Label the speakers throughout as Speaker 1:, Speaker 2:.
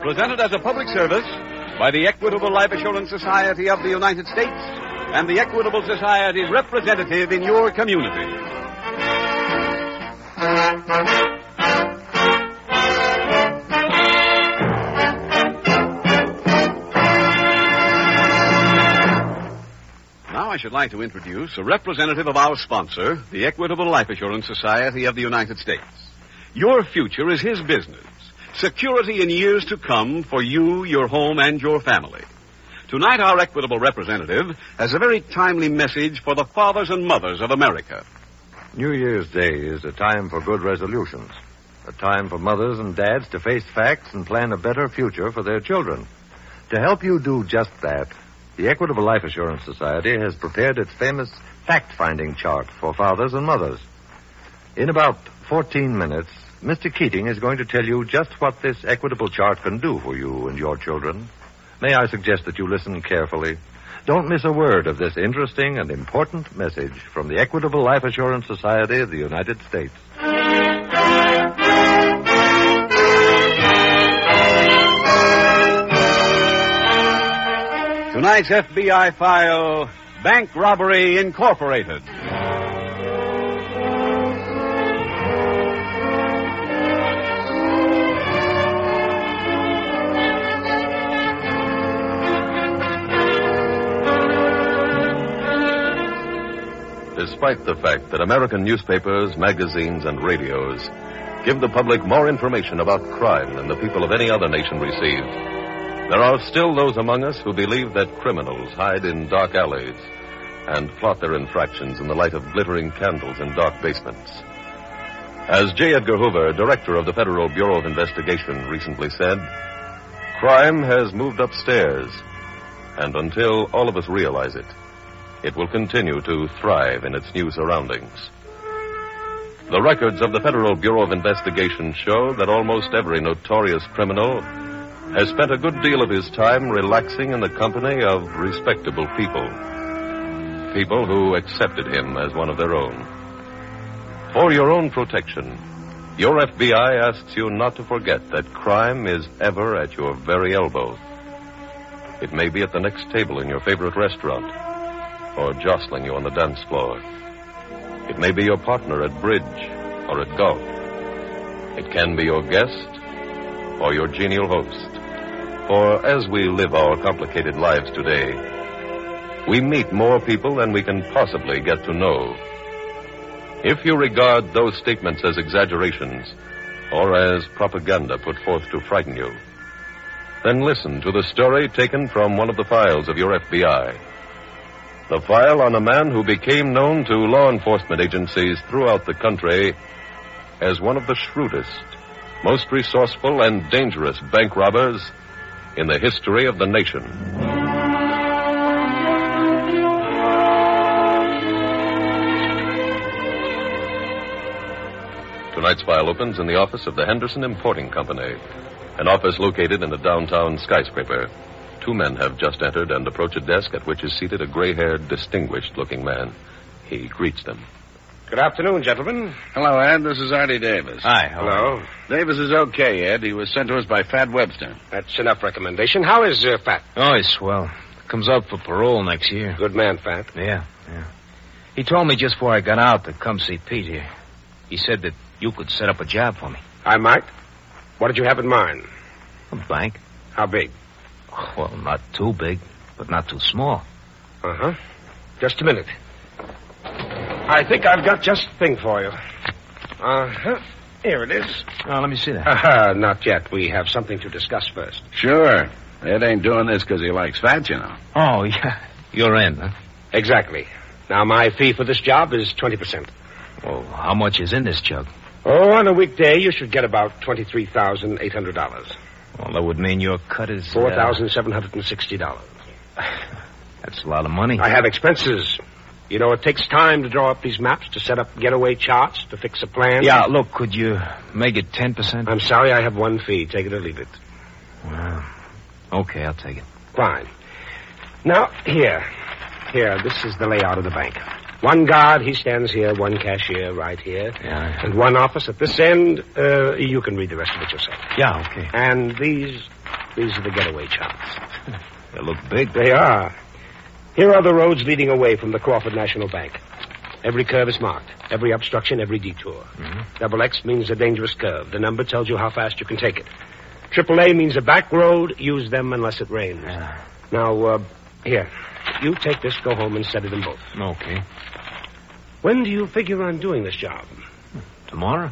Speaker 1: Presented as a public service by the Equitable Life Assurance Society of the United States and the Equitable Society's representative in your community. Now I should like to introduce a representative of our sponsor, the Equitable Life Assurance Society of the United States. Your future is his business. Security in years to come for you, your home, and your family. Tonight, our Equitable representative has a very timely message for the fathers and mothers of America.
Speaker 2: New Year's Day is a time for good resolutions, a time for mothers and dads to face facts and plan a better future for their children. To help you do just that, the Equitable Life Assurance Society has prepared its famous fact finding chart for fathers and mothers. In about 14 minutes, Mr. Keating is going to tell you just what this equitable chart can do for you and your children. May I suggest that you listen carefully? Don't miss a word of this interesting and important message from the Equitable Life Assurance Society of the United States.
Speaker 1: Tonight's FBI file Bank Robbery Incorporated.
Speaker 3: despite the fact that American newspapers, magazines, and radios give the public more information about crime than the people of any other nation receive. There are still those among us who believe that criminals hide in dark alleys and plot their infractions in the light of glittering candles in dark basements. As J. Edgar Hoover, director of the Federal Bureau of Investigation, recently said, crime has moved upstairs, and until all of us realize it, it will continue to thrive in its new surroundings. The records of the Federal Bureau of Investigation show that almost every notorious criminal has spent a good deal of his time relaxing in the company of respectable people. People who accepted him as one of their own. For your own protection, your FBI asks you not to forget that crime is ever at your very elbow. It may be at the next table in your favorite restaurant or jostling you on the dance floor. It may be your partner at bridge or at golf. It can be your guest or your genial host. For as we live our complicated lives today, we meet more people than we can possibly get to know. If you regard those statements as exaggerations or as propaganda put forth to frighten you, then listen to the story taken from one of the files of your FBI. The file on a man who became known to law enforcement agencies throughout the country as one of the shrewdest, most resourceful, and dangerous bank robbers in the history of the nation. Tonight's file opens in the office of the Henderson Importing Company, an office located in a downtown skyscraper. Two men have just entered and approach a desk at which is seated a gray haired, distinguished looking man. He greets them.
Speaker 4: Good afternoon, gentlemen.
Speaker 5: Hello, Ed. This is Artie Davis.
Speaker 1: Hi,
Speaker 4: Hello.
Speaker 5: Davis is okay, Ed. He was sent to us by Fat Webster.
Speaker 4: That's enough recommendation. How is uh, Fat?
Speaker 6: Oh, he's swell. Comes up for parole next year.
Speaker 4: Good man, Fat.
Speaker 6: Yeah, yeah. He told me just before I got out to come see Pete here. He said that you could set up a job for me.
Speaker 4: I might. What did you have in mind?
Speaker 6: A bank?
Speaker 4: How big?
Speaker 6: Well, not too big, but not too small.
Speaker 4: Uh huh. Just a minute. I think I've got just the thing for you. Uh huh. Here it is.
Speaker 6: Oh, let me see that.
Speaker 4: Uh-huh. Not yet. We have something to discuss first.
Speaker 5: Sure. Ed ain't doing this because he likes Fat, you know.
Speaker 6: Oh, yeah. You're in, huh?
Speaker 4: Exactly. Now, my fee for this job is 20%.
Speaker 6: Well, how much is in this jug?
Speaker 4: Oh, on a weekday, you should get about $23,800.
Speaker 6: Well, that would mean your cut is. uh,
Speaker 4: $4,760.
Speaker 6: that's a lot of money.
Speaker 4: I have expenses. You know, it takes time to draw up these maps, to set up getaway charts, to fix a plan.
Speaker 6: Yeah, look, could you make it 10%?
Speaker 4: I'm sorry, I have one fee. Take it or leave it.
Speaker 6: Well, okay, I'll take it.
Speaker 4: Fine. Now, here. Here, this is the layout of the bank. One guard, he stands here, one cashier right here,
Speaker 6: Yeah,
Speaker 4: and one office at this end. Uh, you can read the rest of it yourself.
Speaker 6: yeah, okay.
Speaker 4: And these, these are the getaway charts.
Speaker 6: They look big.
Speaker 4: They are. Here are the roads leading away from the Crawford National Bank. Every curve is marked. Every obstruction, every detour. Double X means a dangerous curve. The number tells you how fast you can take it. Triple A means a back road. Use them unless it rains. Now, uh, here. You take this, go home, and study them both.
Speaker 6: Okay.
Speaker 4: When do you figure on doing this job?
Speaker 6: Tomorrow?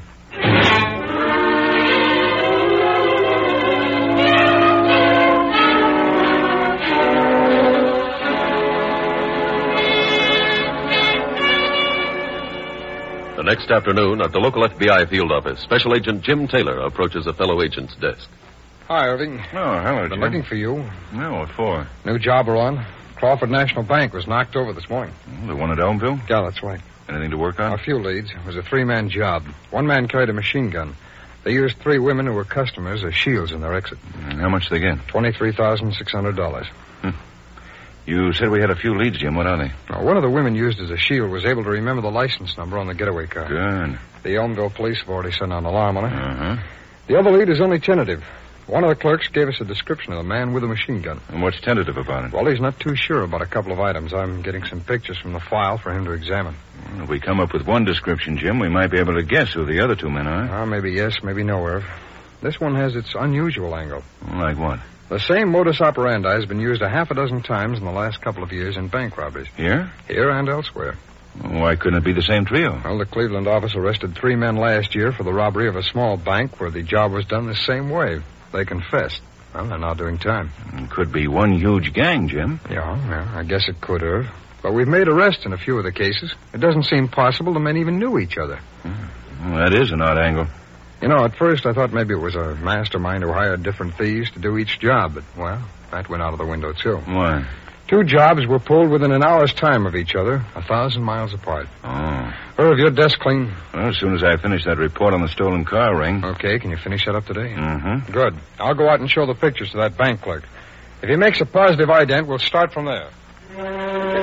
Speaker 3: The next afternoon, at the local FBI field office, Special Agent Jim Taylor approaches a fellow agent's desk.
Speaker 7: Hi, Irving.
Speaker 5: Oh, hello,
Speaker 7: Been
Speaker 5: Jim.
Speaker 7: looking for you.
Speaker 5: No, what for?
Speaker 7: New job we're on. Crawford National Bank was knocked over this morning.
Speaker 5: Well, the one at Elmville?
Speaker 7: Yeah, that's right.
Speaker 5: Anything to work
Speaker 7: A
Speaker 5: on?
Speaker 7: few leads. It was a three-man job. One man carried a machine gun. They used three women who were customers as shields in their exit.
Speaker 5: And how much they get?
Speaker 7: Twenty-three thousand six hundred dollars.
Speaker 5: You said we had a few leads, Jim. What are they?
Speaker 7: Now, one of the women used as a shield was able to remember the license number on the getaway car.
Speaker 5: Good.
Speaker 7: The Elmville police have already sent an alarm on her.
Speaker 5: Uh, Uh-huh.
Speaker 7: The other lead is only tentative. One of the clerks gave us a description of the man with a machine gun.
Speaker 5: And what's tentative about it?
Speaker 7: Well, he's not too sure about a couple of items. I'm getting some pictures from the file for him to examine.
Speaker 5: Well, if we come up with one description, Jim, we might be able to guess who the other two men are.
Speaker 7: Ah, maybe yes, maybe no, Irv. This one has its unusual angle.
Speaker 5: Like what?
Speaker 7: The same modus operandi has been used a half a dozen times in the last couple of years in bank robberies,
Speaker 5: Here?
Speaker 7: here and elsewhere.
Speaker 5: Why couldn't it be the same trio?
Speaker 7: Well, the Cleveland office arrested three men last year for the robbery of a small bank where the job was done the same way. They confessed. Well, they're now doing time.
Speaker 5: It could be one huge gang, Jim.
Speaker 7: Yeah, yeah, I guess it could, Irv. But we've made arrests in a few of the cases. It doesn't seem possible the men even knew each other.
Speaker 5: Well, that is an odd angle.
Speaker 7: You know, at first I thought maybe it was a mastermind who hired different thieves to do each job, but, well, that went out of the window, too.
Speaker 5: Why?
Speaker 7: Two jobs were pulled within an hour's time of each other, a thousand miles apart.
Speaker 5: Oh.
Speaker 7: Irv, your desk clean?
Speaker 5: Well, as soon as I finish that report on the stolen car ring.
Speaker 7: Okay, can you finish that up today?
Speaker 5: Mm-hmm.
Speaker 7: Good. I'll go out and show the pictures to that bank clerk. If he makes a positive ident, we'll start from there.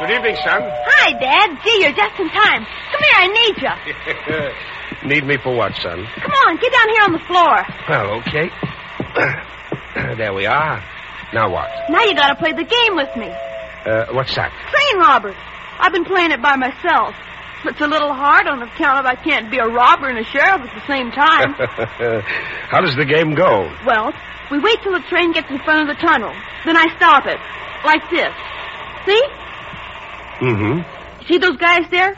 Speaker 4: Good evening, son.
Speaker 8: Hi, Dad. Gee, you're just in time. Come here, I need you.
Speaker 4: Need me for what, son?
Speaker 8: Come on, get down here on the floor.
Speaker 4: Well, okay. there we are. Now what?
Speaker 8: Now you gotta play the game with me.
Speaker 4: Uh, what's that?
Speaker 8: Train robbers. I've been playing it by myself. It's a little hard on account of I can't be a robber and a sheriff at the same time.
Speaker 4: How does the game go?
Speaker 8: well, we wait till the train gets in front of the tunnel. Then I stop it. Like this. See?
Speaker 4: Mm-hmm.
Speaker 8: See those guys there?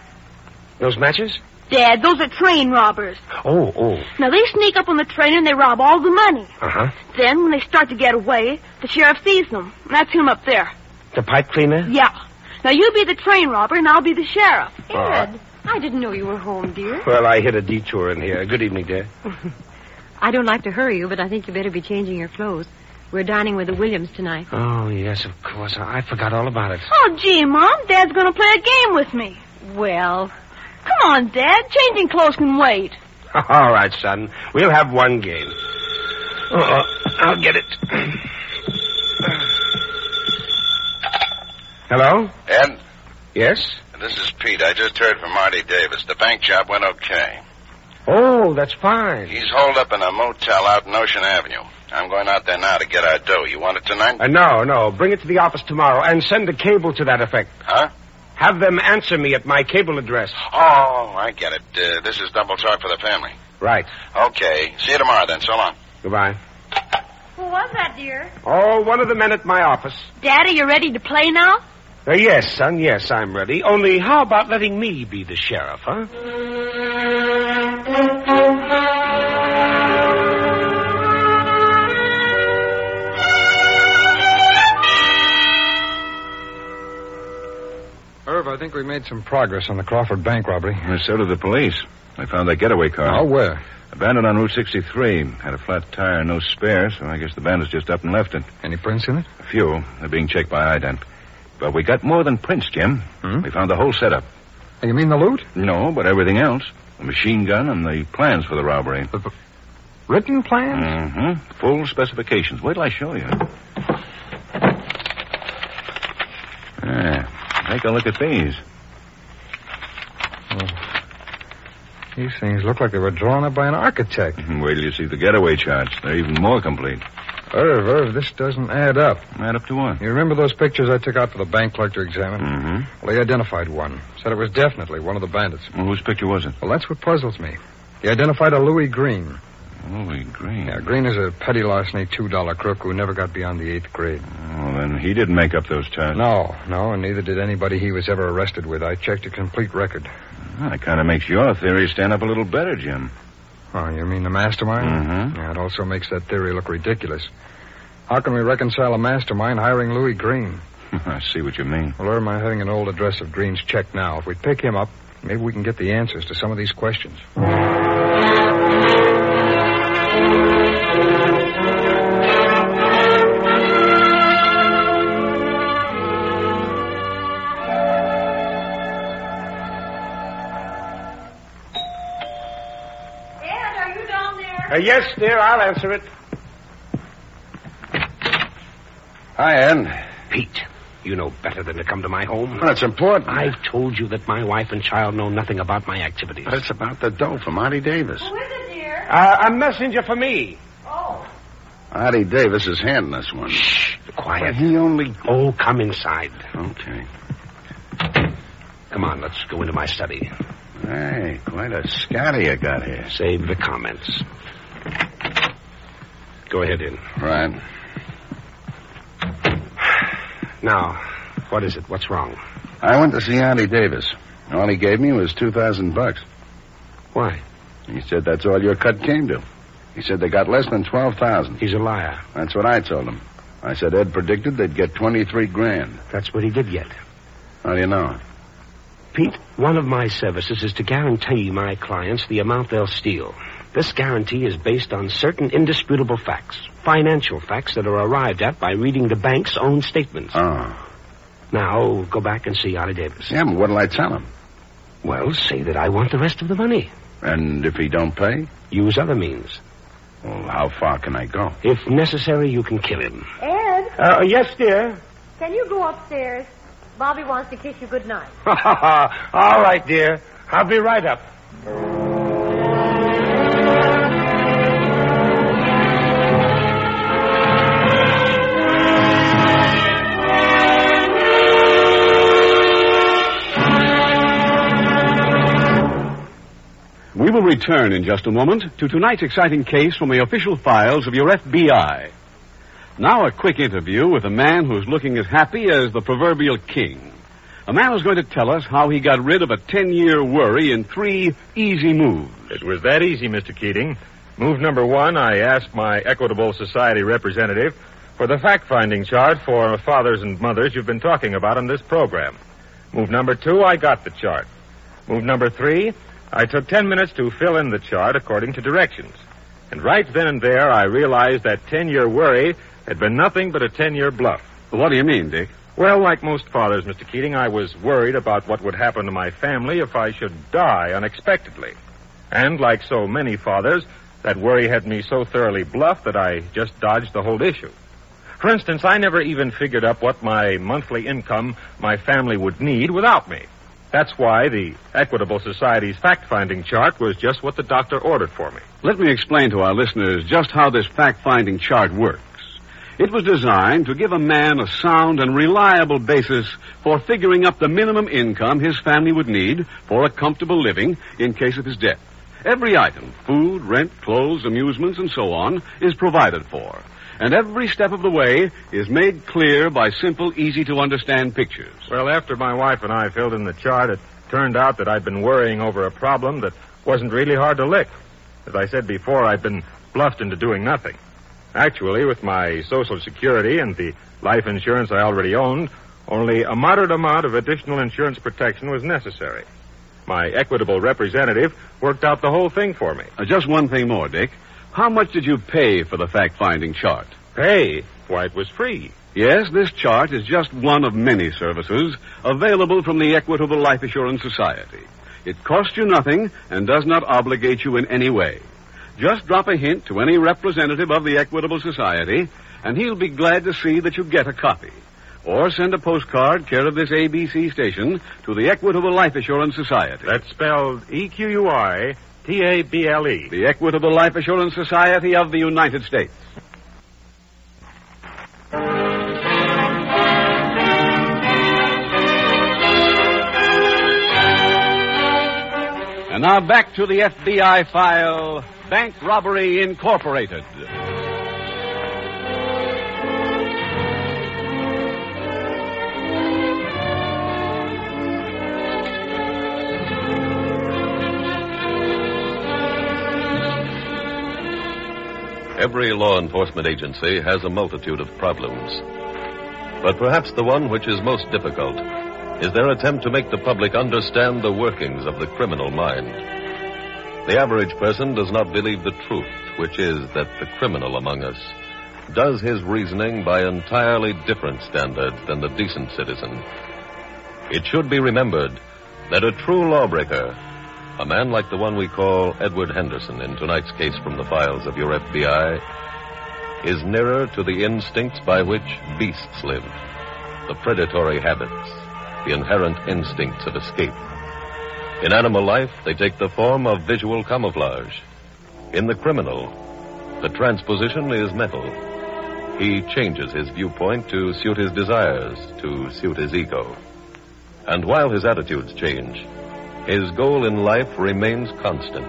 Speaker 4: Those matches?
Speaker 8: Dad, those are train robbers.
Speaker 4: Oh, oh.
Speaker 8: Now they sneak up on the train and they rob all the money.
Speaker 4: Uh-huh.
Speaker 8: Then, when they start to get away, the sheriff sees them. That's him up there.
Speaker 4: The pipe cleaner?
Speaker 8: Yeah. Now you be the train robber and I'll be the sheriff.
Speaker 4: All right.
Speaker 8: Ed, I didn't know you were home, dear.
Speaker 4: Well, I hit a detour in here. Good evening, dear.
Speaker 9: I don't like to hurry you, but I think you better be changing your clothes. We're dining with the Williams tonight.
Speaker 4: Oh, yes, of course. I I forgot all about it.
Speaker 8: Oh, gee, Mom, Dad's gonna play a game with me.
Speaker 9: Well,
Speaker 8: Come on, Dad. Changing clothes can wait.
Speaker 4: All right, son. We'll have one game. Uh-oh. Uh, I'll get it. Hello?
Speaker 10: Ed,
Speaker 4: Yes?
Speaker 10: this is Pete. I just heard from Marty Davis. The bank job went okay.
Speaker 4: Oh, that's fine.
Speaker 10: He's holed up in a motel out in Ocean Avenue. I'm going out there now to get our dough. You want it tonight?
Speaker 4: Uh, no, no. Bring it to the office tomorrow and send a cable to that effect.
Speaker 10: Huh?
Speaker 4: Have them answer me at my cable address.
Speaker 10: Oh, I get it. Uh, this is double talk for the family.
Speaker 4: Right.
Speaker 10: Okay. See you tomorrow then. So long.
Speaker 4: Goodbye.
Speaker 8: Who was that, dear?
Speaker 4: Oh, one of the men at my office.
Speaker 8: Daddy, you ready to play now?
Speaker 4: Uh, yes, son, yes, I'm ready. Only how about letting me be the sheriff, huh?
Speaker 8: Well,
Speaker 7: I think we made some progress on the Crawford bank robbery.
Speaker 5: And so did the police. They found that getaway car.
Speaker 7: Oh, where?
Speaker 5: Abandoned on Route 63. Had a flat tire, no spare, so I guess the bandits just up and left it.
Speaker 7: Any prints in it?
Speaker 5: A few. They're being checked by ident. But we got more than prints, Jim.
Speaker 3: Hmm?
Speaker 5: We found the whole setup.
Speaker 7: You mean the loot?
Speaker 5: No, but everything else. The machine gun and the plans for the robbery.
Speaker 7: Written plans?
Speaker 5: Mm-hmm. Full specifications. Wait till I show you. Ah, take a look at these.
Speaker 7: These things look like they were drawn up by an architect.
Speaker 5: Wait till you see the getaway charts. They're even more complete.
Speaker 7: Irv, Irv, this doesn't add up.
Speaker 5: Add up to what?
Speaker 7: You remember those pictures I took out for the bank clerk to examine?
Speaker 5: Mm-hmm.
Speaker 7: Well, he identified one. Said it was definitely one of the bandits.
Speaker 5: Well, whose picture was it?
Speaker 7: Well, that's what puzzles me. He identified a Louis Green.
Speaker 5: Holy green.
Speaker 7: Yeah, Green is a petty larceny $2 crook who never got beyond the eighth grade.
Speaker 5: Well, Oh, then he didn't make up those charts.
Speaker 7: No, no, and neither did anybody he was ever arrested with. I checked a complete record.
Speaker 5: Well, that kind of makes your theory stand up a little better, Jim.
Speaker 7: Oh, you mean the mastermind?
Speaker 3: Mm-hmm.
Speaker 5: Mhm.
Speaker 7: Yeah, it also makes that theory look ridiculous. How can we reconcile a mastermind hiring Louis Green?
Speaker 5: Mm-hmm. I see what you mean.
Speaker 7: Well, Irm, I'm having an old address of Green's checked now. If we pick him up, maybe we can get the answers to some of these questions.
Speaker 8: Ed, are you down there?
Speaker 4: Uh, yes, dear, I'll answer it.
Speaker 11: Hi, Ann.
Speaker 4: Pete, you know better than to come to my home.
Speaker 11: Well, it's important.
Speaker 4: I've told you that my wife and child know nothing about my activities.
Speaker 11: But it's about the dough for Marty Davis.
Speaker 8: Who is it, dear?
Speaker 4: Uh, a messenger for me.
Speaker 8: Oh,
Speaker 11: Marty Davis is handing us one.
Speaker 4: Shh, quiet.
Speaker 11: But he only.
Speaker 4: Oh, come inside.
Speaker 11: Okay.
Speaker 4: Come on, let's go into my study.
Speaker 11: Hey, quite a scatter you got here.
Speaker 4: Save the comments. Go ahead in.
Speaker 11: Right.
Speaker 4: Now, what is it? What's wrong?
Speaker 11: I went to see Andy Davis. All he gave me was two thousand bucks.
Speaker 4: Why?
Speaker 11: He said that's all your cut came to. He said they got less than twelve thousand.
Speaker 4: He's a liar.
Speaker 11: That's what I told him. I said Ed predicted they'd get twenty-three grand.
Speaker 4: That's what he did get.
Speaker 11: How do you know?
Speaker 4: Pete, one of my services is to guarantee my clients the amount they'll steal. This guarantee is based on certain indisputable facts, financial facts that are arrived at by reading the bank's own statements.
Speaker 11: Oh.
Speaker 4: now, go back and see Ollie Davis.
Speaker 11: Sam, what'll I tell him?
Speaker 4: Well, say that I want the rest of the money.
Speaker 11: And if he don't pay?
Speaker 4: Use other means.
Speaker 11: Well, how far can I go?
Speaker 4: If necessary, you can kill him.
Speaker 9: Ed,
Speaker 4: Uh, yes, dear.
Speaker 9: can you go upstairs? Bobby wants to kiss you goodnight.
Speaker 7: Uh,
Speaker 4: All right, dear. Uh, I'll be right up.
Speaker 1: We will return in just a moment to tonight's exciting case from the official files of your FBI. Now, a quick interview with a man who's looking as happy as the proverbial king. A man who's going to tell us how he got rid of a 10 year worry in three easy moves.
Speaker 12: It was that easy, Mr. Keating. Move number one, I asked my Equitable Society representative for the fact finding chart for fathers and mothers you've been talking about on this program. Move number two, I got the chart. Move number three, I took ten minutes to fill in the chart according to directions. And right then and there, I realized that ten year worry had been nothing but a ten year bluff.
Speaker 1: What do you mean, Dick?
Speaker 12: Well, like most fathers, Mr. Keating, I was worried about what would happen to my family if I should die unexpectedly. And like so many fathers, that worry had me so thoroughly bluffed that I just dodged the whole issue. For instance, I never even figured up what my monthly income my family would need without me. That's why the Equitable Society's fact finding chart was just what the doctor ordered for me.
Speaker 1: Let me explain to our listeners just how this fact finding chart works. It was designed to give a man a sound and reliable basis for figuring up the minimum income his family would need for a comfortable living in case of his death. Every item, food, rent, clothes, amusements, and so on, is provided for. And every step of the way is made clear by simple, easy to understand pictures.
Speaker 12: Well, after my wife and I filled in the chart, it turned out that I'd been worrying over a problem that wasn't really hard to lick. As I said before, I'd been bluffed into doing nothing. Actually, with my Social Security and the life insurance I already owned, Only a moderate amount of additional insurance protection was necessary. My equitable representative worked out the whole thing for me.
Speaker 1: Uh, just one thing more, Dick. How much did you pay for the fact finding chart?
Speaker 12: Pay? Why, it was free.
Speaker 1: Yes, this chart is just one of many services available from the Equitable Life Assurance Society. It costs you nothing and does not obligate you in any way. Just drop a hint to any representative of the Equitable Society, and he'll be glad to see that you get a copy. Or send a postcard care of this ABC station to the Equitable Life Assurance Society.
Speaker 12: That's spelled E Q U I T A B L E.
Speaker 1: The Equitable Life Assurance Society of the United States. And now back to the FBI file Bank Robbery Incorporated.
Speaker 3: Every law enforcement agency has a multitude of problems. But perhaps the one which is most difficult is their attempt to make the public understand the workings of the criminal mind. The average person does not believe the truth, which is that the criminal among us does his reasoning by entirely different standards than the decent citizen. It should be remembered that a true lawbreaker, a man like the one we call Edward Henderson in tonight's case from the files of your FBI, is nearer to the instincts by which beasts live, the predatory habits, the inherent instincts of escape. In animal life, they take the form of visual camouflage. In the criminal, the transposition is mental. He changes his viewpoint to suit his desires, to suit his ego. And while his attitudes change, his goal in life remains constant.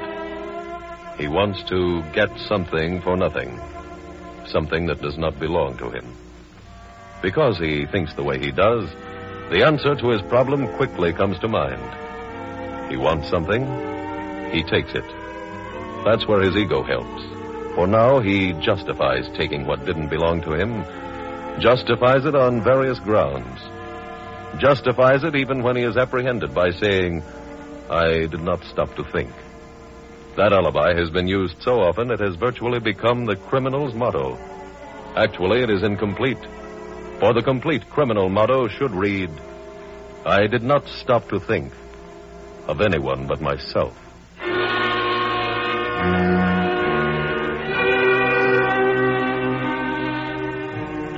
Speaker 3: He wants to get something for nothing, something that does not belong to him. Because he thinks the way he does, the answer to his problem quickly comes to mind. He wants something, he takes it. That's where his ego helps. For now, he justifies taking what didn't belong to him, justifies it on various grounds, justifies it even when he is apprehended by saying, I did not stop to think. That alibi has been used so often it has virtually become the criminal's motto. Actually, it is incomplete. For the complete criminal motto should read, I did not stop to think of anyone but myself.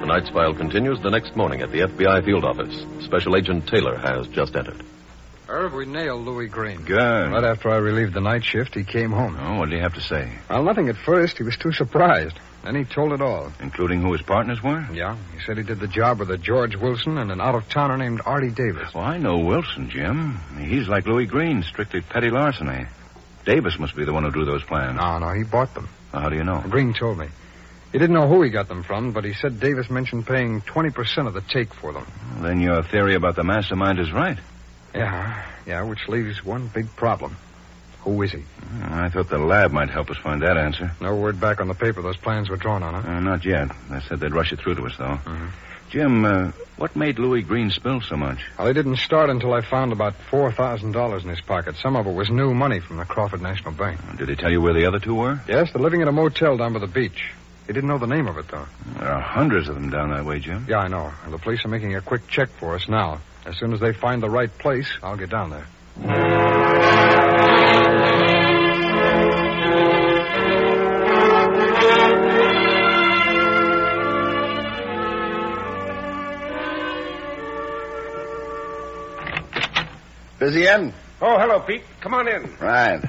Speaker 3: Tonight's file continues the next morning at the FBI field office. Special Agent Taylor has just entered.
Speaker 7: Irv, we nailed Louis Green.
Speaker 5: Good.
Speaker 7: Right after I relieved the night shift, he came home.
Speaker 5: Oh, what do you have to say?
Speaker 7: Well, nothing at first. He was too surprised. Then he told it all.
Speaker 5: Including who his partners were?
Speaker 7: Yeah, he said he did the job with a George Wilson and an out-of-towner named Artie Davis.
Speaker 5: Well, I know Wilson, Jim. He's like Louis Green, strictly petty larceny. Davis must be the one who drew those plans.
Speaker 7: No, no, he bought them.
Speaker 5: Well, how do you know?
Speaker 7: Green told me. He didn't know who he got them from, but he said Davis mentioned paying 20% of the take for them.
Speaker 5: Then your theory about the mastermind is right.
Speaker 7: Yeah, yeah, which leaves one big problem. Who is he?
Speaker 5: I thought the lab might help us find that answer.
Speaker 7: No word back on the paper those plans were drawn on, huh?
Speaker 5: Uh, not yet. They said they'd rush it through to us, though. Jim, uh, what made Louis Green spill so much?
Speaker 7: Well, they didn't start until I found about $4,000 in his pocket. Some of it was new money from the Crawford National Bank.
Speaker 5: Did he tell you where the other two were?
Speaker 7: Yes, they're living at a motel down by the beach. He didn't know the name of it, though.
Speaker 5: There are hundreds of them down that way, Jim.
Speaker 7: Yeah, I know. The police are making a quick check for us now. As soon as they find the right place, I'll get down there.
Speaker 11: Busy in?
Speaker 4: Oh, hello, Pete. Come on in.
Speaker 11: Right.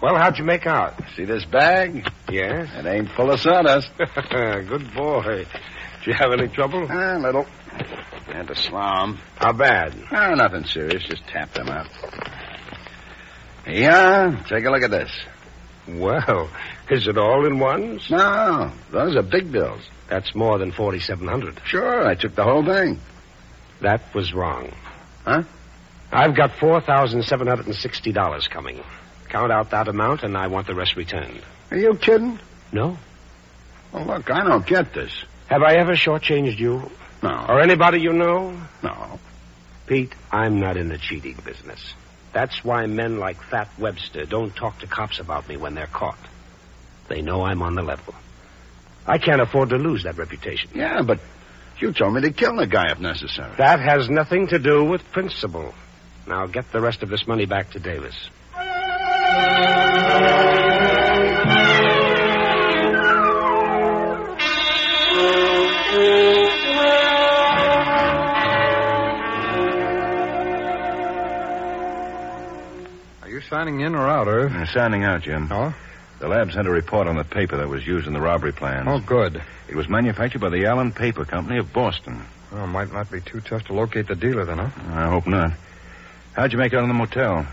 Speaker 4: Well, how'd you make out?
Speaker 11: See this bag?
Speaker 4: Yes.
Speaker 11: It ain't full of sawdust.
Speaker 4: Good boy. Did you have any trouble?
Speaker 11: A Ah, little. Had to slam.
Speaker 4: How bad?
Speaker 11: Oh, nothing serious. Just tapped them out. Yeah, take a look at this.
Speaker 4: Well, is it all in ones?
Speaker 11: No, those are big bills.
Speaker 4: That's more than 4,700.
Speaker 11: Sure, I took the whole thing.
Speaker 4: That was wrong.
Speaker 11: Huh?
Speaker 4: I've got $4,760 coming. Count out that amount, and I want the rest returned.
Speaker 11: Are you kidding?
Speaker 4: No.
Speaker 11: Well, look, I don't get this.
Speaker 4: Have I ever shortchanged you?
Speaker 11: No.
Speaker 4: Or anybody you know?
Speaker 11: No.
Speaker 4: Pete, I'm not in the cheating business. That's why men like Fat Webster don't talk to cops about me when they're caught. They know I'm on the level. I can't afford to lose that reputation.
Speaker 11: Yeah, but you told me to kill the guy if necessary.
Speaker 4: That has nothing to do with principle. Now get the rest of this money back to Davis.
Speaker 7: Are you signing in or out, Irv?
Speaker 5: Uh, signing out, Jim.
Speaker 7: Oh?
Speaker 5: The lab sent a report on the paper that was used in the robbery plan.
Speaker 7: Oh, good.
Speaker 5: It was manufactured by the Allen Paper Company of Boston.
Speaker 7: Well, might not be too tough to locate the dealer then, huh?
Speaker 5: I hope not. How'd you make out on the motel?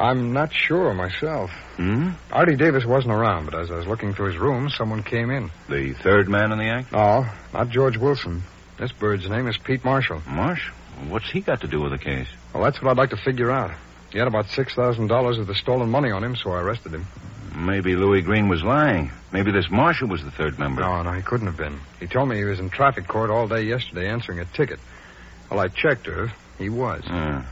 Speaker 7: I'm not sure myself.
Speaker 5: Hmm?
Speaker 7: Artie Davis wasn't around, but as I was looking through his room, someone came in.
Speaker 5: The third man in the act?
Speaker 7: No, not George Wilson. This bird's name is Pete Marshall.
Speaker 5: Marshall? What's he got to do with the case?
Speaker 7: Well, that's what I'd like to figure out. He had about $6,000 of the stolen money on him, so I arrested him.
Speaker 5: Maybe Louis Green was lying. Maybe this Marshall was the third member.
Speaker 7: No, no, he couldn't have been. He told me he was in traffic court all day yesterday answering a ticket. Well, I checked her. He was.
Speaker 5: Ah.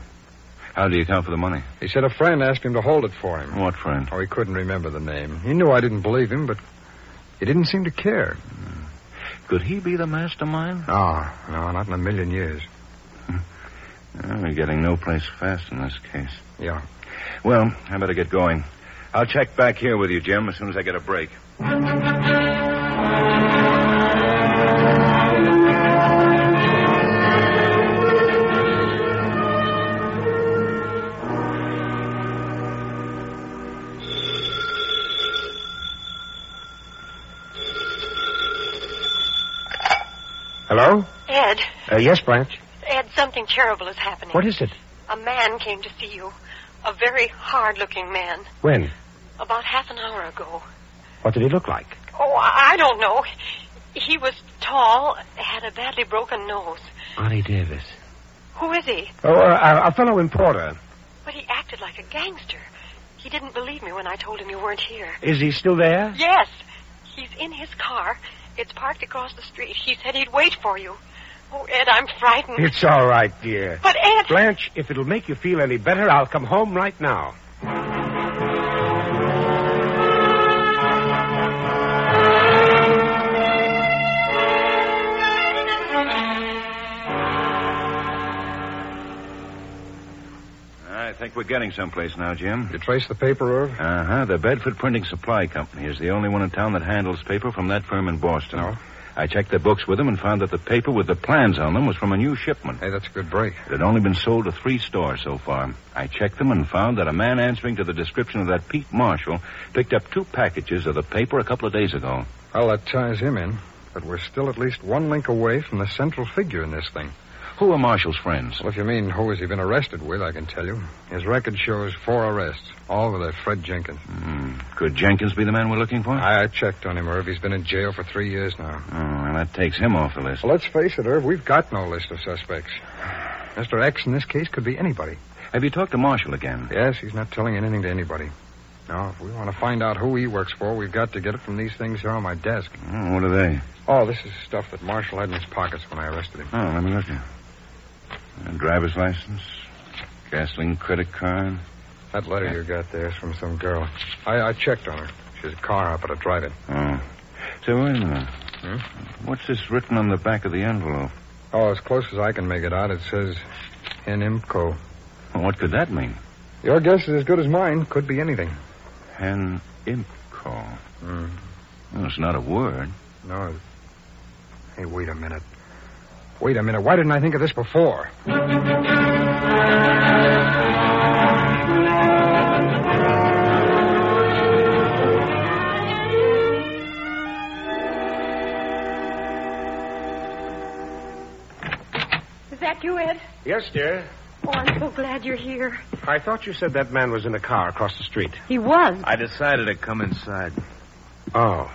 Speaker 5: How do you account for the money?
Speaker 7: He said a friend asked him to hold it for him.
Speaker 5: What friend?
Speaker 7: Oh, he couldn't remember the name. He knew I didn't believe him, but he didn't seem to care.
Speaker 5: Could he be the mastermind?
Speaker 7: No, no, not in a million years.
Speaker 5: Well, we're getting no place fast in this case.
Speaker 7: Yeah.
Speaker 5: Well, I better get going. I'll check back here with you, Jim, as soon as I get a break.
Speaker 4: Hello?
Speaker 13: Ed,
Speaker 4: Uh, yes, Blanche.
Speaker 13: Ed, something terrible is happening.
Speaker 4: What is it?
Speaker 13: A man came to see you. A very hard looking man.
Speaker 4: When?
Speaker 13: About half an hour ago.
Speaker 4: What did he look like?
Speaker 13: Oh, I I don't know. He was tall, had a badly broken nose.
Speaker 4: Artie Davis.
Speaker 13: Who is he?
Speaker 4: Oh, uh, a fellow importer.
Speaker 13: But he acted like a gangster. He didn't believe me when I told him you weren't here.
Speaker 4: Is he still there?
Speaker 13: Yes. He's in his car. It's parked across the street. He said he'd wait for you. Oh, Ed, I'm frightened.
Speaker 4: It's all right, dear.
Speaker 13: But, Ed.
Speaker 4: Blanche, if it'll make you feel any better, I'll come home right now.
Speaker 5: I think we're getting someplace now, Jim.
Speaker 7: You trace the paper, Irv?
Speaker 5: Uh huh. The Bedford Printing Supply Company is the only one in town that handles paper from that firm in Boston.
Speaker 7: No.
Speaker 5: I checked their books with them and found that the paper with the plans on them was from a new shipment.
Speaker 7: Hey, that's a good break.
Speaker 5: It had only been sold to three stores so far. I checked them and found that a man answering to the description of that Pete Marshall picked up two packages of the paper a couple of days ago.
Speaker 7: Well, that ties him in. But we're still at least one link away from the central figure in this thing.
Speaker 5: Who are Marshall's friends?
Speaker 7: Well, if you mean who has he been arrested with, I can tell you. His record shows four arrests, all with a Fred Jenkins.
Speaker 5: Hmm. Could Jenkins be the man we're looking for?
Speaker 7: I I checked on him, Irv. He's been in jail for three years now.
Speaker 5: Oh, well, that takes him off the list.
Speaker 7: Well, let's face it, Irv, we've got no list of suspects. Mr. X in this case could be anybody.
Speaker 5: Have you talked to Marshall again?
Speaker 7: Yes, he's not telling anything to anybody. Now, if we want to find out who he works for, we've got to get it from these things here on my desk.
Speaker 5: Oh, what are they?
Speaker 7: Oh, this is stuff that Marshall had in his pockets when I arrested him.
Speaker 5: Oh, let me look. here. Uh, driver's license, gasoline credit card.
Speaker 7: That letter you got there is from some girl. I, I checked on her. She's a car hop at a drive-in.
Speaker 5: Oh. So wait a minute.
Speaker 7: Hmm?
Speaker 5: What's this written on the back of the envelope?
Speaker 7: Oh, as close as I can make it out, it says NMCO.
Speaker 5: Well, what could that mean?
Speaker 7: Your guess is as good as mine. Could be anything.
Speaker 5: An imp call.
Speaker 7: Mm.
Speaker 5: Well, it's not a word.
Speaker 7: No. Hey, wait a minute. Wait a minute. Why didn't I think of this before?
Speaker 8: Is that you, Ed?
Speaker 4: Yes, dear.
Speaker 8: Oh, I'm so glad you're here.
Speaker 4: I thought you said that man was in a car across the street.
Speaker 9: He was.
Speaker 6: I decided to come inside.
Speaker 4: Oh.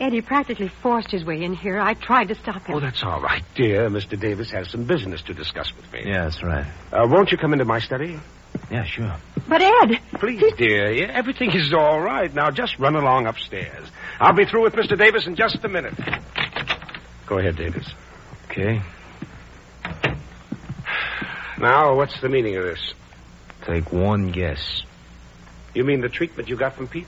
Speaker 9: Ed, he practically forced his way in here. I tried to stop him.
Speaker 4: Oh, that's all right, dear. Mr. Davis has some business to discuss with me.
Speaker 6: Yeah, that's right.
Speaker 4: Uh, won't you come into my study?
Speaker 6: Yeah, sure.
Speaker 9: But, Ed,
Speaker 4: Please, dear. Yeah, Everything is all right. Now, just run along upstairs. I'll be through with Mr. Davis in just a minute. Go ahead, Davis.
Speaker 6: Okay.
Speaker 4: Now, what's the meaning of this?
Speaker 6: Take one guess.
Speaker 4: You mean the treatment you got from Pete?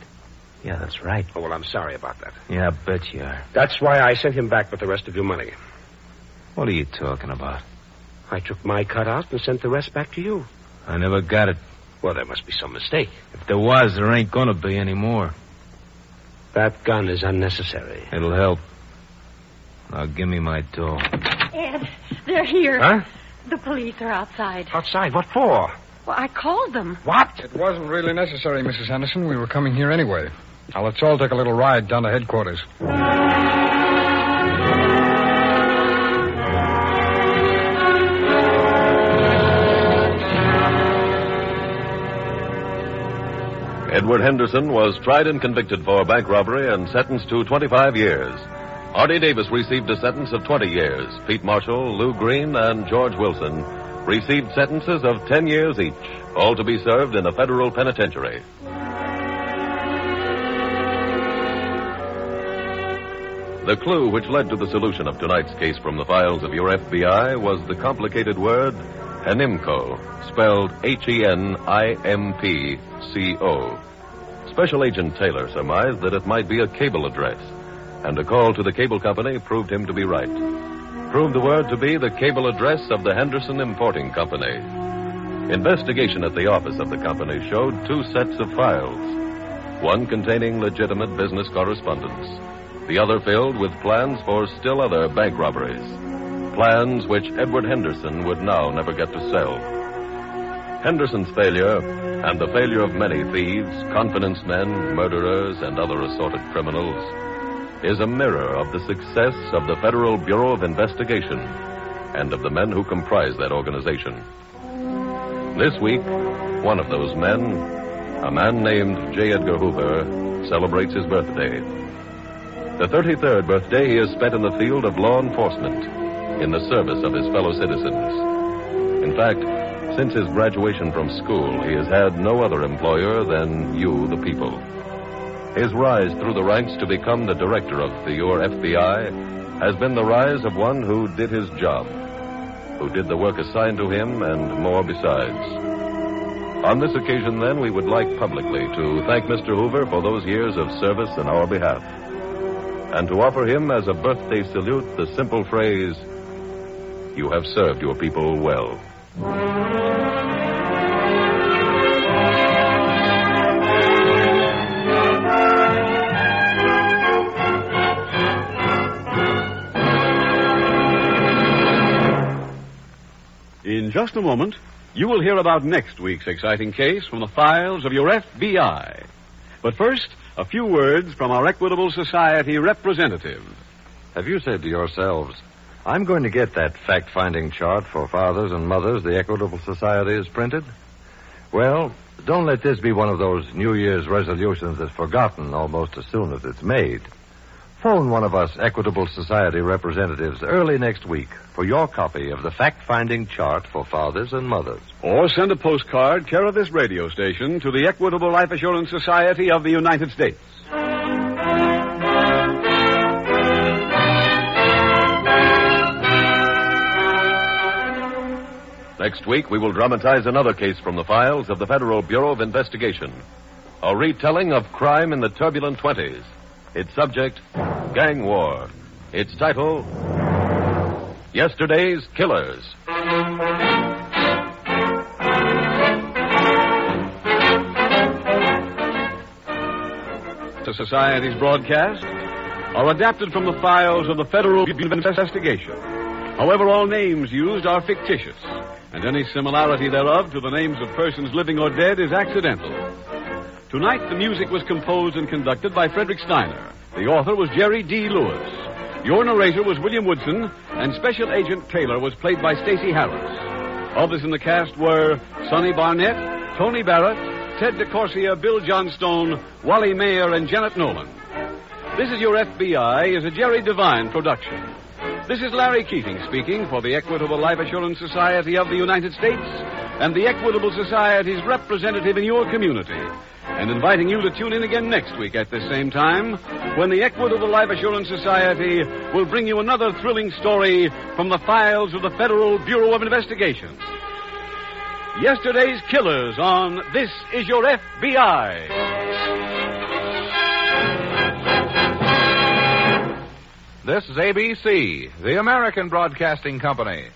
Speaker 6: Yeah, that's right.
Speaker 4: Oh, well, I'm sorry about that.
Speaker 6: Yeah, I bet you are.
Speaker 4: That's why I sent him back with the rest of your money.
Speaker 6: What are you talking about?
Speaker 4: I took my cut out and sent the rest back to you.
Speaker 6: I never got it.
Speaker 4: Well, there must be some mistake.
Speaker 6: If there was, there ain't gonna be any more.
Speaker 4: That gun is unnecessary.
Speaker 6: It'll help. Now give me my dough.
Speaker 9: Ed, they're here.
Speaker 4: Huh?
Speaker 9: The police are outside.
Speaker 4: Outside? What for?
Speaker 9: Well, I called them.
Speaker 4: What?
Speaker 7: It wasn't really necessary, Mrs. Henderson. We were coming here anyway. Now let's all take a little ride down to headquarters.
Speaker 3: Edward Henderson was tried and convicted for bank robbery and sentenced to 25 years. Artie Davis received a sentence of 20 years. Pete Marshall, Lou Green, and George Wilson received sentences of 10 years each, all to be served in a federal penitentiary. The clue which led to the solution of tonight's case from the files of your FBI was the complicated word Henimco, spelled H E N I M P C O. Special Agent Taylor surmised that it might be a cable address, and a call to the cable company proved him to be right. Proved the word to be the cable address of the Henderson Importing Company. Investigation at the office of the company showed two sets of files one containing legitimate business correspondence, the other filled with plans for still other bank robberies. Plans which Edward Henderson would now never get to sell. Henderson's failure, and the failure of many thieves, confidence men, murderers, and other assorted criminals, is a mirror of the success of the Federal Bureau of Investigation and of the men who comprise that organization. This week, one of those men, a man named J. Edgar Hoover, celebrates his birthday. The 33rd birthday he has spent in the field of law enforcement, in the service of his fellow citizens. In fact, since his graduation from school, he has had no other employer than you, the people. His rise through the ranks to become the director of the your FBI has been the rise of one who did his job, who did the work assigned to him, and more besides. On this occasion, then, we would like publicly to thank Mr. Hoover for those years of service on our behalf, and to offer him as a birthday salute the simple phrase, You have served your people well.
Speaker 1: In just a moment, you will hear about next week's exciting case from the files of your FBI. But first, a few words from our Equitable Society representative.
Speaker 2: Have you said to yourselves, I'm going to get that fact finding chart for fathers and mothers the Equitable Society has printed? Well, don't let this be one of those New Year's resolutions that's forgotten almost as soon as it's made. Phone one of us Equitable Society representatives early next week for your copy of the fact finding chart for fathers and mothers.
Speaker 1: Or send a postcard care of this radio station to the Equitable Life Assurance Society of the United States.
Speaker 3: Next week, we will dramatize another case from the files of the Federal Bureau of Investigation. A retelling of crime in the turbulent 20s. Its subject, gang war. Its title, Yesterday's Killers.
Speaker 1: The Society's broadcast are adapted from the files of the Federal Bureau of Investigation. However, all names used are fictitious, and any similarity thereof to the names of persons living or dead is accidental. Tonight, the music was composed and conducted by Frederick Steiner. The author was Jerry D. Lewis. Your narrator was William Woodson, and Special Agent Taylor was played by Stacey Harris. Others in the cast were Sonny Barnett, Tony Barrett, Ted DeCorsia, Bill Johnstone, Wally Mayer, and Janet Nolan. This is Your FBI is a Jerry Devine production. This is Larry Keating speaking for the Equitable Life Assurance Society of the United States and the Equitable Society's representative in your community, and inviting you to tune in again next week at this same time when the Equitable Life Assurance Society will bring you another thrilling story from the files of the Federal Bureau of Investigation. Yesterday's Killers on This Is Your FBI.
Speaker 5: This is ABC, the American Broadcasting Company.